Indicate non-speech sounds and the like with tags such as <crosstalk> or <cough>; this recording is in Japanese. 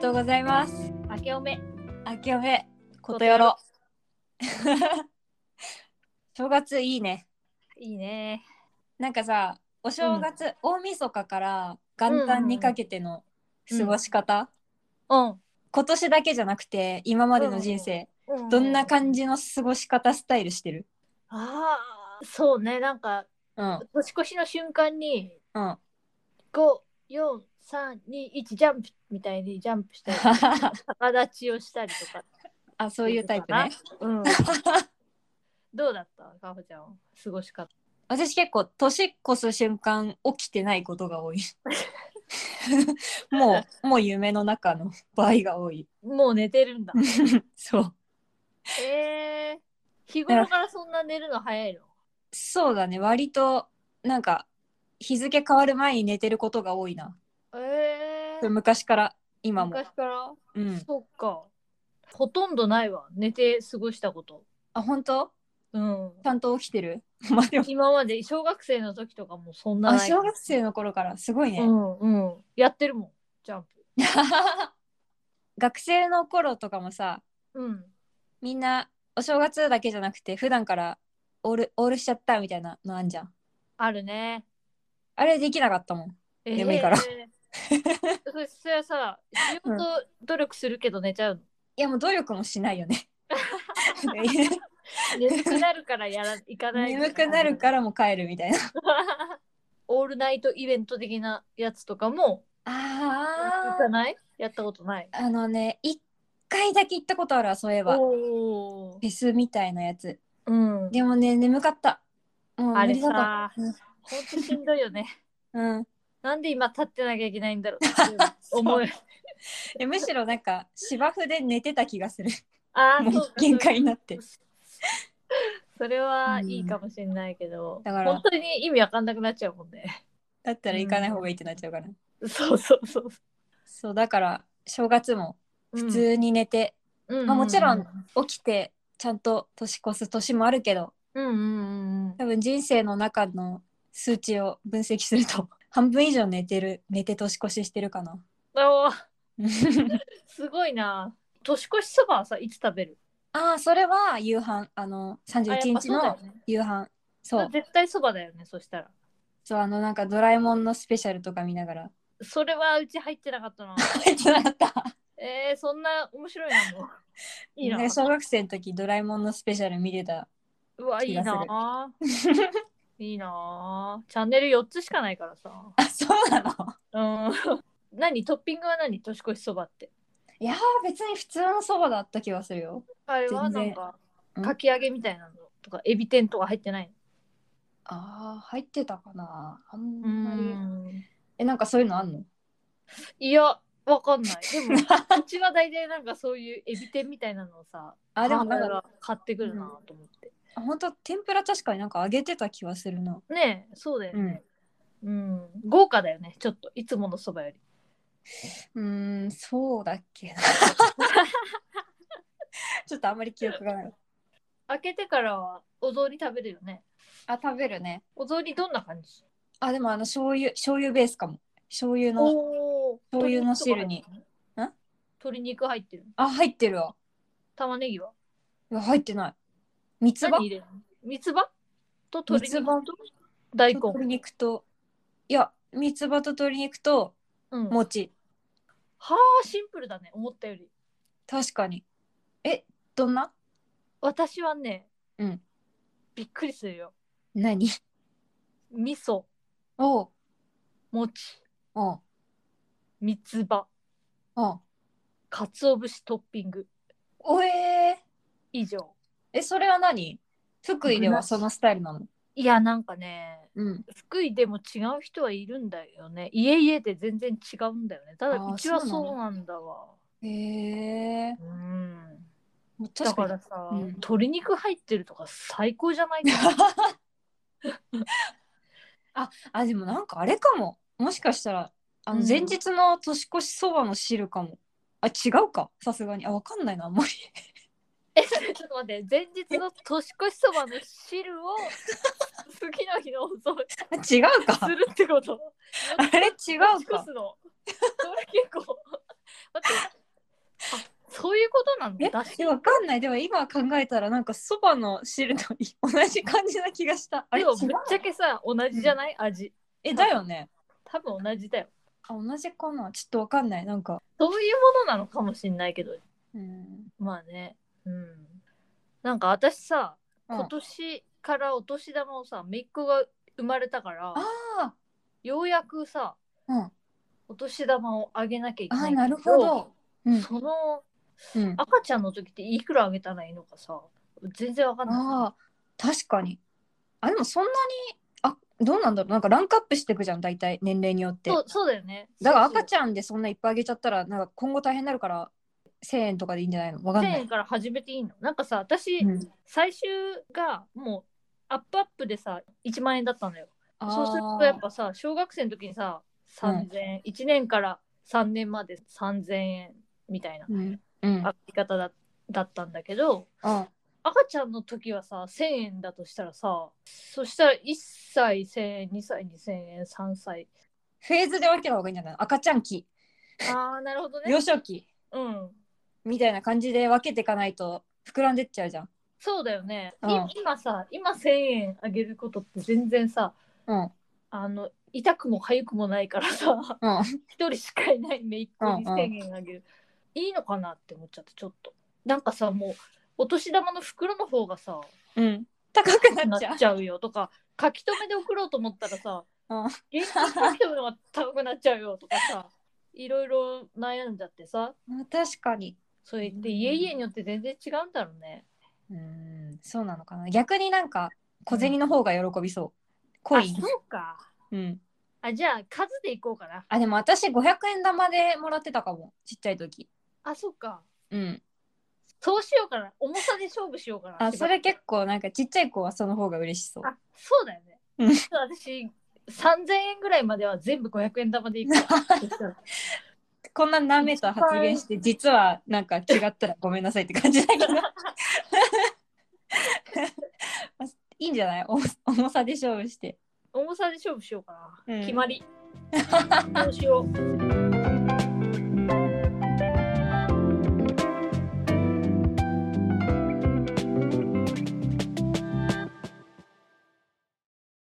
とうございます。明けおめ。明けおめ、ことよろ。 <laughs> 正月いいね。いいね。なんかさ、お正月、大晦日から元旦にかけての過ごし方、うん。今年だけじゃなくて、今までの人生、どんな感じの過ごし方スタイルしてるああ、そうね。なんか、うん、年越しの瞬間に、うん。 5、4、3、2、1、ジャンプみたいにジャン <laughs> プしたり、逆立ちをしたりとか。 <laughs> あ、そういうタイプね。 <laughs> うん。どうだったかほちゃん、過ごし方。私結構年越す瞬間起きてないことが <laughs> 多いもうもう夢の中の場合が多いもう寝てるんだ。 <laughs> そうええ日頃からそんな寝るの早いのそうだね割となんか日付変わる前に寝てることが多いなええ昔から今も昔から、うんそっか。ほとんどないわ。寝て過ごしたこと。あ本当うん。ちゃんと起きてる <laughs> まあでも今まで小学生の時とかもそんなあない小学生の頃からすごいね、うんうんやってるもんジャンプ <laughs> 学生の頃とかもさうんみんなお正月だけじゃなくて普段からオールオールしちゃったみたいなのあんじゃんあるねあれできなかったもん眠いからえーそそれはさ仕事努力するけど寝ちゃうの、いやもう努力もしないよ <laughs> ね。眠くなるからやら行かない眠くなるかららもう帰るみたいな。オールナイトイベント的なやつとかも <laughs> 行あかないやったことないあ。あのね一回だけ行ったことあるわそういえばフおーェスみたいなやつ。うんでもね眠かった。もうあ無れ理だった。さうんほんとしんどいよねうん。なんで今立ってなきゃいけないんだろ <laughs> うっていう思うえむしろなんか芝生で寝てた気がする。ああもう限界になって。それはいいかもしれないけど、だから本当に意味わかんなくなっちゃうもんね。だったら行かない方がいいってなっちゃうから。そうそうそう。そうだから正月も普通に寝て、うん、まあもちろん。起きてちゃんと年越す年もあるけどうんうんうんうん。多分人生の中の数値を分析すると半分以上寝てる寝て年越ししてるかなおーすごいな。年越しそばはさいつ食べる？ああそれは夕飯あのあ31やっ日ぱそうだよのね夕飯そう,、絶対そばだよね。そしたら。そうあのなんか「ドラえもん」のスペシャルとか見ながらそれはうち入ってなかったな。入ってなかったえー、そんな面白い <laughs> なもう。いいななん。か小学生の時「ドラえもん」のスペシャル見てたうわいい気な。 <laughs> <laughs> いいな。チャンネル四つしかないからさ。あそうなのうん。 <laughs> 何トッピングは何年越しそばって。いやー別に普通のそばだった気がするよあれは全な然んかんかき揚げみたいなのとかエビ天とか入ってないああ入ってたかなあんのまりえなんかそういうのあんのいやわかんないでもうちは大体なんかそういうエビ天みたいなのをさあでもなん母か親が買ってくるなと思って、本当天ぷら確かになんか揚げてた気はするなねえそうだよねうん、豪華だよねちょっといつものそばよりうーん、そうだっけな。 <laughs> ちょっとあんまり記憶がない。開けてからはお雑煮食べるよねあ、食べるね。お雑煮どんな感じあ、でもあの醤油、醤油ベースかも。醤油の。おお醤油の汁にん鶏肉入ってるあ、入ってるわ。玉ねぎはいや、入ってない。三つ葉何入れるの三つ葉と鶏肉三と大根と鶏肉と。いや、三つ葉と鶏肉とうん餅。はあシンプルだね思ったより確かに。え、どんな私はね、うん、びっくりするよ何味噌おう餅おう三つ葉おうかつお節トッピングおえー以上え、それは何福井ではそのスタイルなのいやなんかねうん。福井でも違う人はいるんだよね家々で全然違うんだよねただあーうちはそうなのそうなんだわへえうんー。だ確かかにらさ、うん鶏肉入ってるとか最高じゃない <laughs> かああでもなんかあれかももしかしたらあうのん前日の年越しそばの汁かも、あ違うかさすがにあわかんないなあんまりえちょっと待って前日の年越しそばの汁 <laughs> を次の日のお雑煮あ <laughs> 違うすかるってことあれ違う尽くかすの。それ結構ってあそういうことなのえだしえわかんないでも今考えたらなんかそばの汁とい同じ感じな気がしたあれで違うもぶっちゃけさ同じじゃない、味えだよね多分同じだよあ同じかなちょっとわかんないなんかそういうものなのかもしんないけどうんまあねうんなんか私さうん今年からお年玉をさ姪っ子が生まれたからああようやくさうんあお年玉をあげなきゃいけなーいけなるほどうんそのうんあ赤ちゃんの時っていくらあげたらいいのかさ全然わかんないあー確かにあでもそんなにあどうなんだろうなんかランクアップしていくじゃん大体年齢によってそうそうだよねだから赤ちちゃんでそんないっぱいあげちゃったらなんか今後大変になるから1,000円とかでいいんじゃないのわかんな1000い円、から始めていいのなんかさ私、うん、最終がもうアップアップでさ1万円だったのよそうするとやっぱさ小学生の時にさ3000円、1年から3年まで3000円みたいなうんうん上がり方だだったんだけどあ赤ちゃんの時はさ1,000円だとしたらさそしたら1歳1,000円2歳2,000円3歳 <laughs> フェーズで分けた方がいいんじゃないの赤ちゃん期あーなるほどね幼少期うんみたいな感じで分けていかないと膨らんでっちゃうじゃん。そうだよね、うんい今さ今1,000円あげることって全然さうん、あの痛くも痒くもないからさうん、一人しかいないめいっ子にうんうん1000円あげる、いいのかなって思っちゃってちょっとなんかさもうお年玉の袋の方がさうん、高くななっちゃうっ。ちゃうよとか書き留めで送ろうと思ったらさうん現金書き留めの方が高くなっちゃうよとかさいろいろ悩んじゃってさまあ確かに。それって家々によって全然違うんだろうね。うん、そうなのかな。逆になんか小銭の方が喜びそう。コインあ。そうかうん。あじゃあ数でいこうかな。あ、でも私500円玉でもらってたかも。ちっちゃい時。あそうかうん。そうしようかな重さで勝負しようかな。あ、それ結構なんかちっちゃい子はその方が嬉しそう。あそうだよね。うんちょっと私3000円ぐらいまでは全部500円玉でいくわそし <laughs> たらこんな舐めた発言して、 <laughs> 実はなんか違ったらごめんなさいって感じだけ <laughs> ど。いいんじゃない重 <laughs> 重さで勝負して。 <laughs> 重さで勝負しようかな。うん決まり。どうしよう。